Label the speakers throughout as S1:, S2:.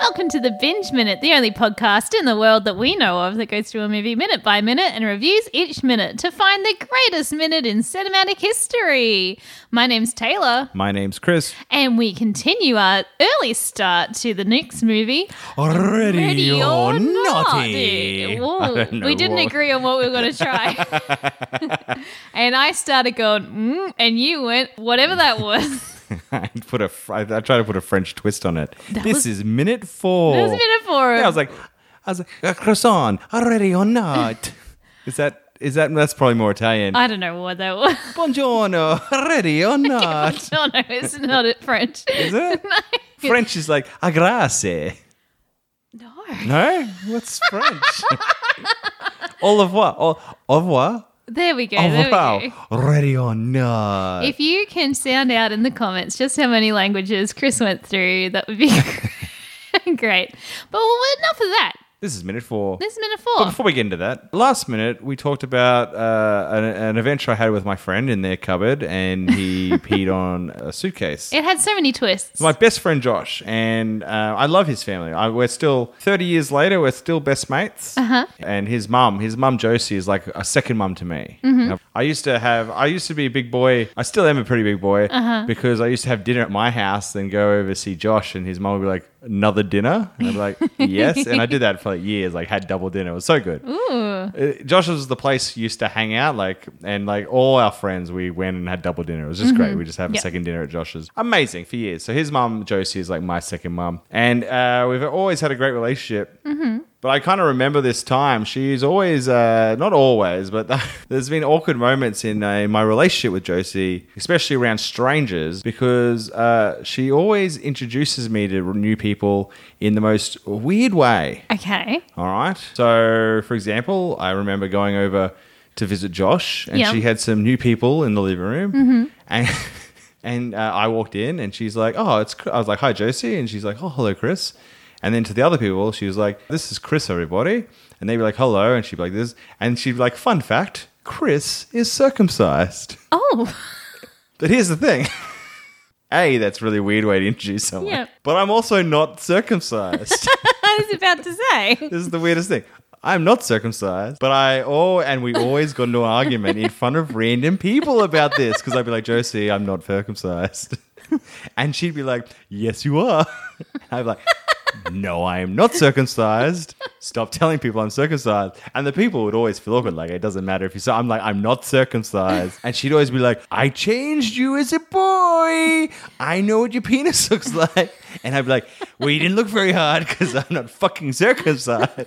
S1: Welcome to the Binge Minute, the only podcast in the world that we know of that goes through a movie minute by minute and reviews each minute to find the greatest minute in cinematic history. My name's Taylor,
S2: My name's Chris.
S1: and we continue our early start to the next movie.
S2: Ready,
S1: or naughty. Whoa,
S2: I don't know
S1: we didn't
S2: what-
S1: agree on what we were going to try. and I started going, mm, and you went, whatever that was.
S2: I put a. fr- I I tried to put a French twist on it. this
S1: was-
S2: is minute four.
S1: That was minute four.
S2: Yeah, I was like, I was like, a croissant, ready or not? is that is that? That's probably more Italian.
S1: I don't know what that was.
S2: Buongiorno, ready or not?
S1: no, no, it's not it French.
S2: Is it? French is like a grasse.
S1: No.
S2: No, what's French? au revoir, au, au revoir,
S1: There we go.
S2: au
S1: There we
S2: revoir,
S1: go.
S2: ready or not?
S1: If you can sound out in the comments just how many languages Chris went through, that would be great. But well, enough of that.
S2: this is minute four.
S1: This is minute
S2: But
S1: four.
S2: before we get into that, last minute we talked about uh, an, an adventure I had with my friend in their cupboard, and he peed on a suitcase.
S1: It had so many twists.
S2: My best friend Josh, and uh, I love his family. I, we're still thirty years later. We're still best mates. Uh-huh. And his mum, his mum Josie, is like a second mum to me. I used to have. I used to be a big boy. I still am a pretty big boy because I used to have dinner at my house, then go over to see Josh, and his mum would be like, "Another dinner," and I'd be like, "Yes." And I did that for like years. Like had double dinner. It was so good.
S1: Ooh.
S2: Uh, Josh's was the place we used to hang out, like, and like all our friends, we went and had double dinner. It was just great. We just have
S1: Yep.
S2: a second dinner at Josh's. Amazing for years. So his mum, Josie, is like my second mum. And uh, we've always had a great relationship. Mm-hmm. But I kind of remember this time. She's always, uh, not always, but there's been awkward moments in, uh, in my relationship with Josie, especially around strangers, because uh, she always introduces me to new people in the most weird way.
S1: Okay.
S2: All right. So, for example, I remember going over to visit Josh, and
S1: Yeah.
S2: she had some new people in the living room, and and uh, I walked in, and she's like, "Oh, it's." Chris." I was like, "Hi, Josie," and she's like, "Oh, hello, Chris." And then to the other people, she was like, "This is Chris, everybody," and they'd be like, "Hello," and she'd be like, "This," and she'd be like, "Fun fact: Chris is circumcised."
S1: Oh.
S2: But here's the thing. A, that's a really weird way to introduce someone.
S1: Yeah.
S2: But I'm also not circumcised.
S1: I was about to say.
S2: This is the weirdest thing. I'm not circumcised, but I oh, and we always got into an argument in front of random people about this because I'd be like, Josie, I'm not circumcised, and she'd be like, Yes, you are. I'd be like, No, I am not circumcised. Stop telling people I'm circumcised. And the people would always feel awkward, like it doesn't matter if you. So I'm like, I'm not circumcised, and she'd always be like, I changed you as a boy. I know what your penis looks like, and I'd be like, Well, you didn't look very hard because I'm not fucking circumcised.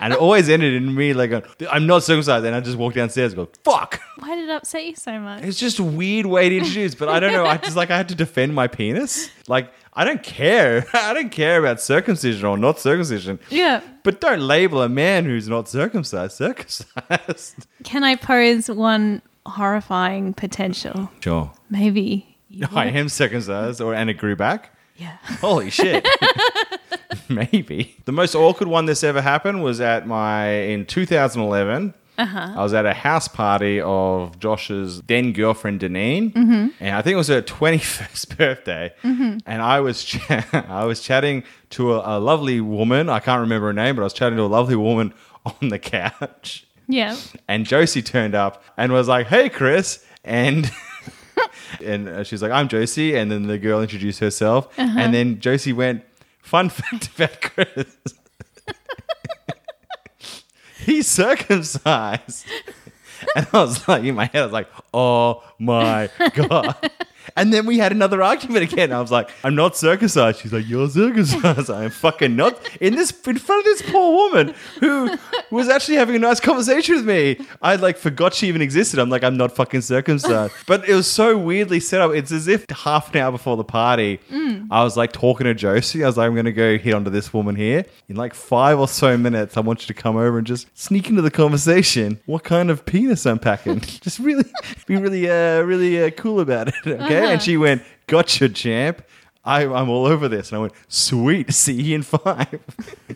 S2: And it always ended in me like, a, I'm not circumcised. And I just walk downstairs and go, fuck.
S1: Why did it upset you so much?
S2: It's just a weird way to introduce. But I don't know. I just like, I had to defend my penis. Like, I don't care. I don't care about circumcision or not circumcision.
S1: Yeah.
S2: But don't label a man who's not circumcised circumcised.
S1: Can I pose one horrifying potential?
S2: Sure.
S1: Maybe. you-
S2: I am circumcised or and it grew back.
S1: Yeah.
S2: Holy shit. Maybe. The most awkward one this ever happened was at my in 2011. Uh-huh. I was at a house party of Josh's then girlfriend Deneen, and I think it was her 21st birthday. And I was ch- I was chatting to a, a lovely woman. I can't remember her name, but I was chatting to a lovely woman on the couch.
S1: Yeah.
S2: And Josie turned up and was like, "Hey, Chris," and and uh, she's like, "I'm Josie," and then the girl introduced herself, and then Josie went, "Fun fact about Chris." He's circumcised. And I was like, in my head, I was like, oh my God. And then we had another argument again. I was like, I'm not circumcised. She's like, you're circumcised. I'm fucking not. In this, in front of this poor woman who was actually having a nice conversation with me. I like forgot she even existed. I'm like, I'm not fucking circumcised. But it was so weirdly set up. It's as if half an hour before the party, I was like talking to Josie. I was like, I'm going to go hit onto this woman here. In like five or so minutes, I want you to come over and just sneak into the conversation. What kind of penis I'm packing? just really be really, uh, really uh, cool about it. Okay.
S1: Uh-huh.
S2: And she went, Gotcha, champ. I, I'm all over this. And I went, Sweet. See you in five.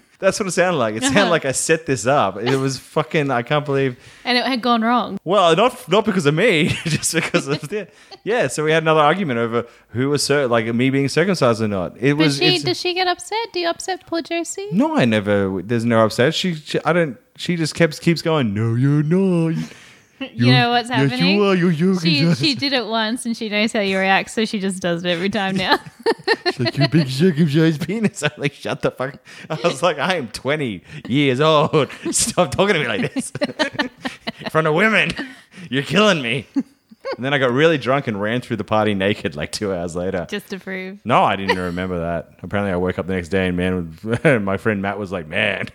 S2: That's what it sounded like. It
S1: Uh-huh.
S2: sounded like I set this up. It was fucking. I can't believe.
S1: and it had gone wrong.
S2: Well, not not because of me, just because of the yeah. So we had another argument over who was cir- like me being circumcised or not. It
S1: But
S2: was
S1: she
S2: it's-
S1: does she get upset? Do you upset poor Josie?
S2: no. I never. There's no upset. She, she. I don't. She just keeps keeps going. No, you're not.
S1: you know what's
S2: yes, you
S1: happening?
S2: are. You're
S1: she,
S2: circumcised.
S1: she did it once and she knows how you react, so she just does it every time now.
S2: It's like your big circumcised penis. I'm like, shut the fuck. I was like, I am 20 years old. Stop talking to me like this in front of women. You're killing me. And then I got really drunk and ran through the party naked like two hours later.
S1: just to prove.
S2: No, I didn't even remember that. Apparently, I woke up the next day and man, was- my friend Matt was like, "Man,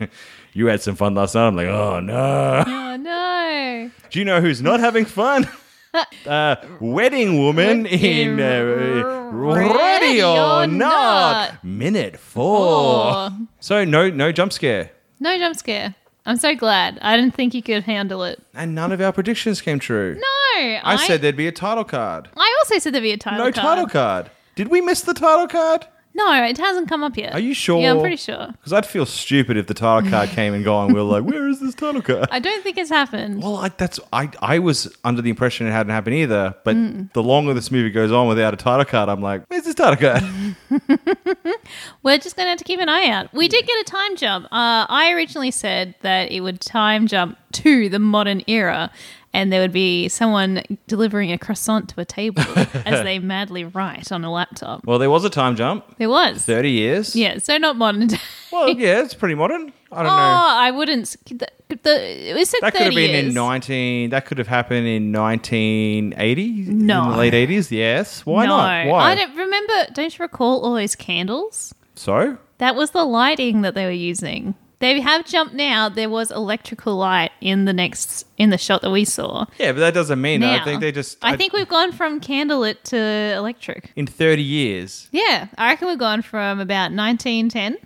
S2: you had some fun last night." I'm like, "Oh no."
S1: Oh no.
S2: Do you know who's not having fun? Uh, wedding woman in uh, ready or not minute four.
S1: Four.
S2: So no, no jump scare,
S1: No jump scare. I'm so glad. I didn't think you could handle it.
S2: and none of our predictions came true.
S1: No.
S2: I, said there'd be a title card.
S1: I also said there'd be a title.
S2: No title card. Did we miss the title card?
S1: No, it hasn't come up yet.
S2: Are you sure?
S1: Yeah, I'm pretty sure.
S2: Because I'd feel stupid if the title card came and gone. We were like, "Where is this title card?"
S1: I don't think it's happened.
S2: Well, I, that's I. I was under the impression it hadn't happened either. But the longer this movie goes on without a title card, I'm like, "Where's this title card?"
S1: We're just going to have to keep an eye out. We did get a time jump. Uh, I originally said that it would time jump to the modern era and there would be someone delivering a croissant to a table as they madly write on a laptop.
S2: Well, there was a time jump.
S1: There was.
S2: 30 years.
S1: Yeah, so not modern day.
S2: Well, yeah, it's pretty modern. I
S1: Oh,
S2: don't know.
S1: I wouldn't. The, the, it said 30
S2: That could have been
S1: years.
S2: in 19 that could have happened in 1980
S1: No.
S2: in the late 80s. Yes. Why
S1: no,
S2: not?
S1: I
S2: Why?
S1: don't remember. Don't you recall all those candles?
S2: so,
S1: That was the lighting that they were using. They have jumped now. There was electrical light in the next in the shot that we saw.
S2: yeah, but that doesn't mean
S1: now,
S2: that. I think they just
S1: I, think we've gone from candlelit to electric.
S2: in 30 years.
S1: Yeah, I reckon we've gone from about 1910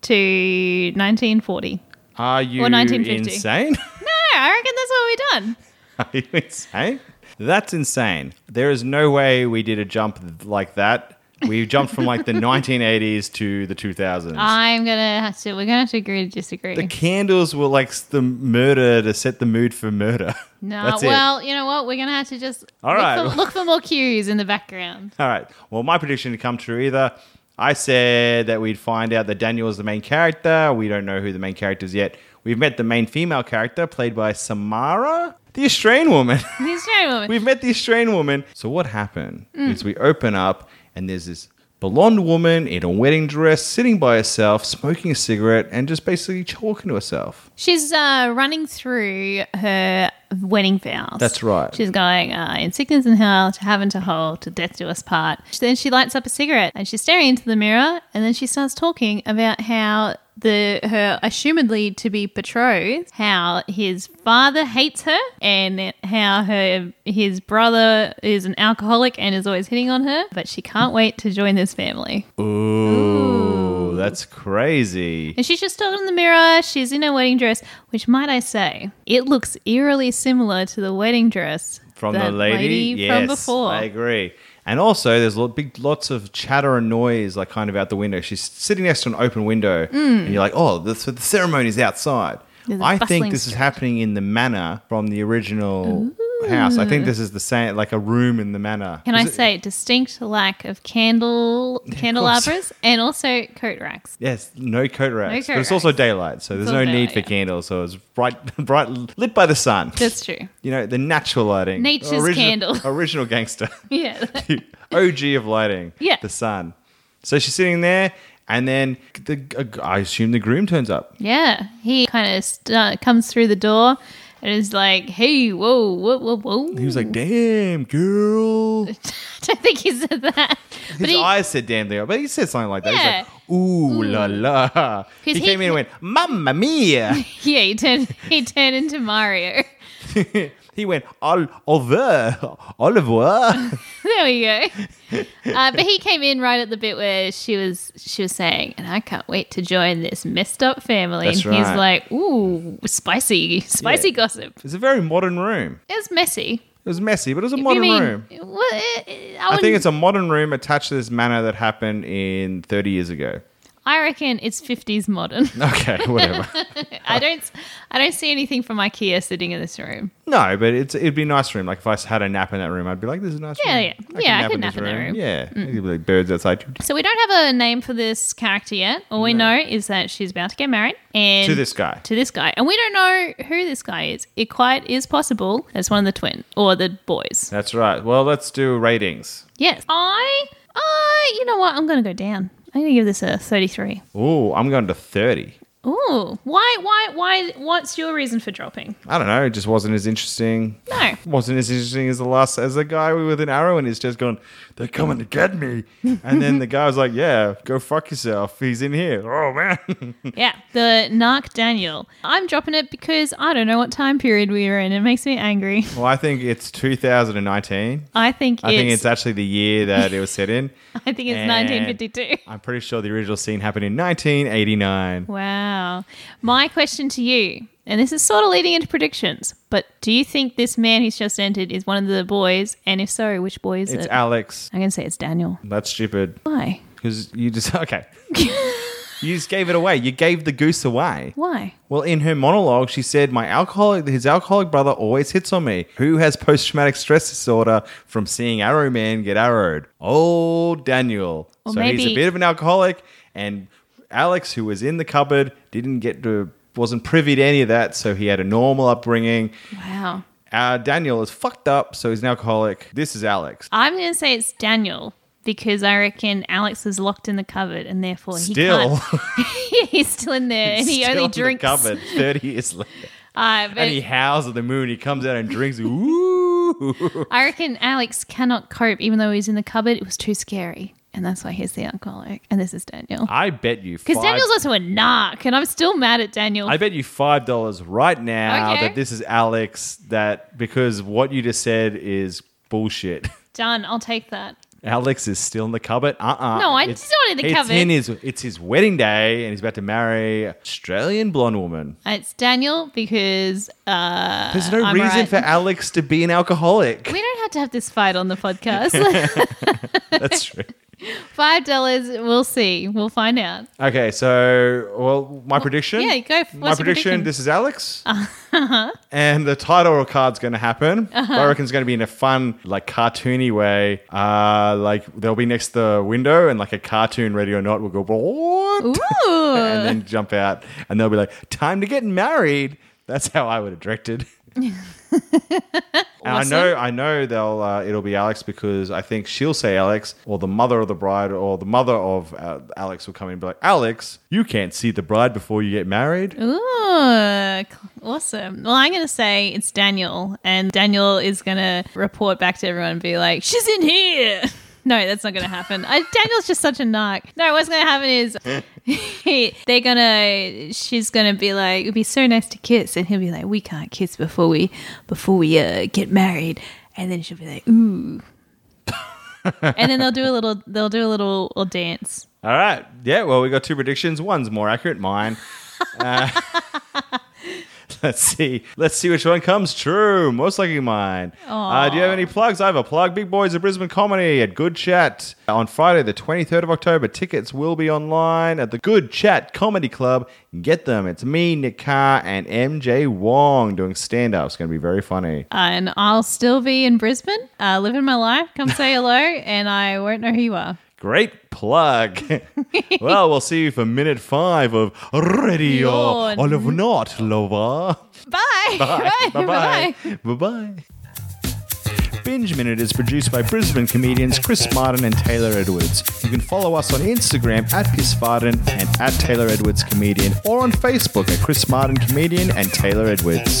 S1: to 1940.
S2: Are you
S1: Or 1950.
S2: insane?
S1: No, I reckon that's what we've done.
S2: Are you insane? That's insane. There is no way we did a jump like that. We jumped from like the 1980s to the 2000s.
S1: I'm gonna have to. We're gonna have to agree to disagree.
S2: the candles were like the murder to set the mood for murder.
S1: No,
S2: That's it.
S1: well, you know what? We're gonna have to just
S2: All
S1: look,
S2: right.
S1: for, look for more cues in the background.
S2: All right. Well, my prediction didn't come true either. I said that we'd find out that Daniel is the main character. We don't know who the main character is yet. We've met the main female character, played by Samara, the Australian woman.
S1: The Australian woman.
S2: We've met the Australian woman. So what happened is we open up and there's this blonde woman in a wedding dress sitting by herself, smoking a cigarette, and just basically talking to herself.
S1: She's uh, running through her wedding vows.
S2: That's right.
S1: She's going uh, in sickness and hell, to heaven to hole, to death do us part. Then she lights up a cigarette and she's staring into the mirror, and then she starts talking about how the her assumedly to be betrothed, how his father hates her, and how her his brother is an alcoholic and is always hitting on her, but she can't wait to join this family.
S2: Ooh, that's crazy.
S1: And she's just talking in the mirror. She's in her wedding dress, which, might I say, it looks eerily similar to the wedding dress
S2: from
S1: that
S2: the lady, yes,
S1: from before.
S2: I agree. And also, there's lot, big lots of chatter and noise, like kind of out the window. She's sitting next to an open window, and you're like, "Oh, the, so the ceremony's outside."
S1: There's a
S2: I think
S1: Mm. bustling
S2: this is happening in the manor from the original house. I think this is the same, like a room in the manor.
S1: Can I
S2: Is it-
S1: say distinct lack of candle candelabras and also coat racks?
S2: Yes, no coat racks,
S1: coat
S2: but it's also
S1: racks.
S2: daylight, so there's
S1: all
S2: no need
S1: daylight,
S2: for
S1: yeah.
S2: candles. So it's bright, bright, lit by the sun.
S1: That's true.
S2: you know, the natural lighting,
S1: Nature's
S2: original,
S1: candle.
S2: original gangster.
S1: Yeah.
S2: the OG of lighting.
S1: Yeah.
S2: The sun. So she's sitting there, and then the uh, I assume the groom turns up.
S1: yeah. He kind of st- comes through the door and is like, hey, whoa, whoa, whoa, whoa.
S2: He was like, "Damn, girl."
S1: I don't think he said that.
S2: His eyes said "damn" there, but he said something like that.
S1: Yeah.
S2: He's like, "Ooh la la." He,
S1: he-
S2: came in and went, "Mamma mia."
S1: yeah, he turned, he turned into Mario.
S2: he went, "Ol- "Oliver, Oliver."
S1: There we go. Uh, but he came in right at the bit where she was she was saying, and I can't wait to join this messed up family.
S2: That's
S1: and
S2: right.
S1: he's like, ooh, spicy, spicy
S2: Yeah.
S1: gossip.
S2: it's a very modern room.
S1: It was messy.
S2: It was messy, but it was a
S1: You
S2: modern
S1: mean-
S2: room.
S1: Well, eh, eh, I,
S2: I
S1: wouldn't-
S2: think it's a modern room attached to this manor that happened in 30 years ago.
S1: I reckon it's 50s modern.
S2: Okay, whatever.
S1: I don't I don't see anything from IKEA sitting in this room.
S2: no, but it's it'd be a nice room. Like if I had a nap in that room, I'd be like, "This is a nice
S1: Yeah,
S2: room.
S1: yeah. Yeah, I could nap in that room. Mm.
S2: Yeah, There'd be like birds outside
S1: So we don't have a name for this character yet. All we know is that she's about to get married and
S2: to this guy.
S1: to this guy. And we don't know who this guy is. It quite is possible as one of the twin or the boys.
S2: That's right. Well, let's do ratings.
S1: Yes. I I you know what? I'm gonna go down. I'm gonna give this a thirty-three.
S2: Ooh, I'm going to thirty.
S1: Ooh. Why why why what's your reason for dropping?
S2: I don't know. It just wasn't as interesting.
S1: No.
S2: wasn't as interesting as the last as the guy with an arrow in his chest going, "They're coming to get me," and then the guy was like, "Yeah, go fuck yourself. He's in here." Oh man,
S1: Yeah, the Narc Daniel. I'm dropping it because I don't know what time period we were in. It makes me angry.
S2: well, I think it's 2019.
S1: I think
S2: I
S1: it's,
S2: think it's actually the year that it was set in.
S1: I think it's
S2: and-
S1: 1952.
S2: I'm pretty sure the original scene happened in 1989.
S1: Wow. My question to you, and this is sort of leading into predictions, but do you think this man who's just entered is one of the boys? And if so, which boy is
S2: It's
S1: it?
S2: Alex.
S1: I'm going to say it's Daniel.
S2: That's stupid
S1: Why?
S2: because you just okay. You just gave it away. You gave the goose away.
S1: Why?
S2: Well, in her monologue, she said, "My alcoholic, his alcoholic brother, always hits on me. Who has post-traumatic stress disorder from seeing Arrow Man get arrowed? Oh, Daniel.
S1: Or
S2: so he's
S1: maybe-
S2: a bit of an alcoholic, and Alex, who was in the cupboard, didn't get to, wasn't privy to any of that. So he had a normal upbringing.
S1: Wow.
S2: Uh, Daniel is fucked up, so he's an alcoholic. This is Alex.
S1: I'm going to say it's Daniel because I reckon Alex is locked in the cupboard and therefore he
S2: Still,
S1: can't. he's still in there and he
S2: still
S1: only
S2: in the
S1: drinks.
S2: cupboard thirty years later,
S1: Uh, but
S2: and he howls at the moon. He comes out and drinks. Ooh.
S1: I reckon Alex cannot cope, even though he's in the cupboard. It was too scary, and that's why he's the alcoholic. And this is Daniel,
S2: I bet you
S1: because
S2: five-
S1: Daniel's also a narc, and I'm still mad at Daniel.
S2: I bet you five dollars right now
S1: Okay.
S2: that this is Alex. That because what you just said is bullshit.
S1: Done. I'll take that.
S2: Alex is still in the cupboard. Uh uh
S1: No, I- he's not in the cupboard.
S2: In his, it's his wedding day, and he's about to marry an Australian blonde woman.
S1: It's Daniel because uh,
S2: There's no
S1: I'm
S2: reason
S1: right.
S2: for Alex to be an alcoholic.
S1: we don't have to have this fight on the podcast.
S2: That's true.
S1: Five dollars. We'll see. We'll find out.
S2: Okay, so well, my prediction.
S1: yeah, go. What's
S2: my
S1: your
S2: prediction,
S1: prediction? Uh-huh.
S2: This is Alex, and the title card's going to happen. I reckon it's going to be in a fun, like cartoony way. Uh, like they'll be next to the window, and like a cartoon, ready or not, will go
S1: Ooh.
S2: what, and then jump out, and they'll be like, "Time to get married." That's how I would have directed. And I know, I know they'll uh, it'll be Alex because I think she'll say Alex, or the mother of the bride, or the mother of uh, Alex will come in and be like, Alex, you can't see the bride before you get married.
S1: Ooh, cl- awesome. Well, I'm going to say it's Daniel, and Daniel is going to report back to everyone and be like, she's in here. No, that's not going to happen. I, Daniel's just such a narc. No, what's going to happen is he- they're going to, she's going to be like, it'd be so nice to kiss. And he'll be like, we can't kiss before we, before we uh, get married. And then she'll be like, ooh. and then they'll do a little, they'll do a little or dance.
S2: All right, yeah. Well, we got two predictions. One's more accurate, mine. Uh, let's see, let's see which one comes true. Most likely mine. Uh, do you have any plugs? I have a plug. Big Boys of Brisbane Comedy at Good Chat on Friday, the twenty third of October. Tickets will be online at the Good Chat Comedy Club. Get them. It's me, Nick Carr, and MJ Wong doing stand up. It's going to be very funny.
S1: and I'll still be in Brisbane, uh, living my life. Come say hello, and I won't know who you are.
S2: Great plug. well, we'll see you for minute five of Radio
S1: Yawn.
S2: Olive Not Lover.
S1: Bye.
S2: Bye bye. Bye bye. Binge Minute is produced by Brisbane comedians Chris Martin and Taylor Edwards. You can follow us on Instagram at Chris Martin and at Taylor Edwards Comedian or on Facebook at Chris Martin Comedian and Taylor Edwards.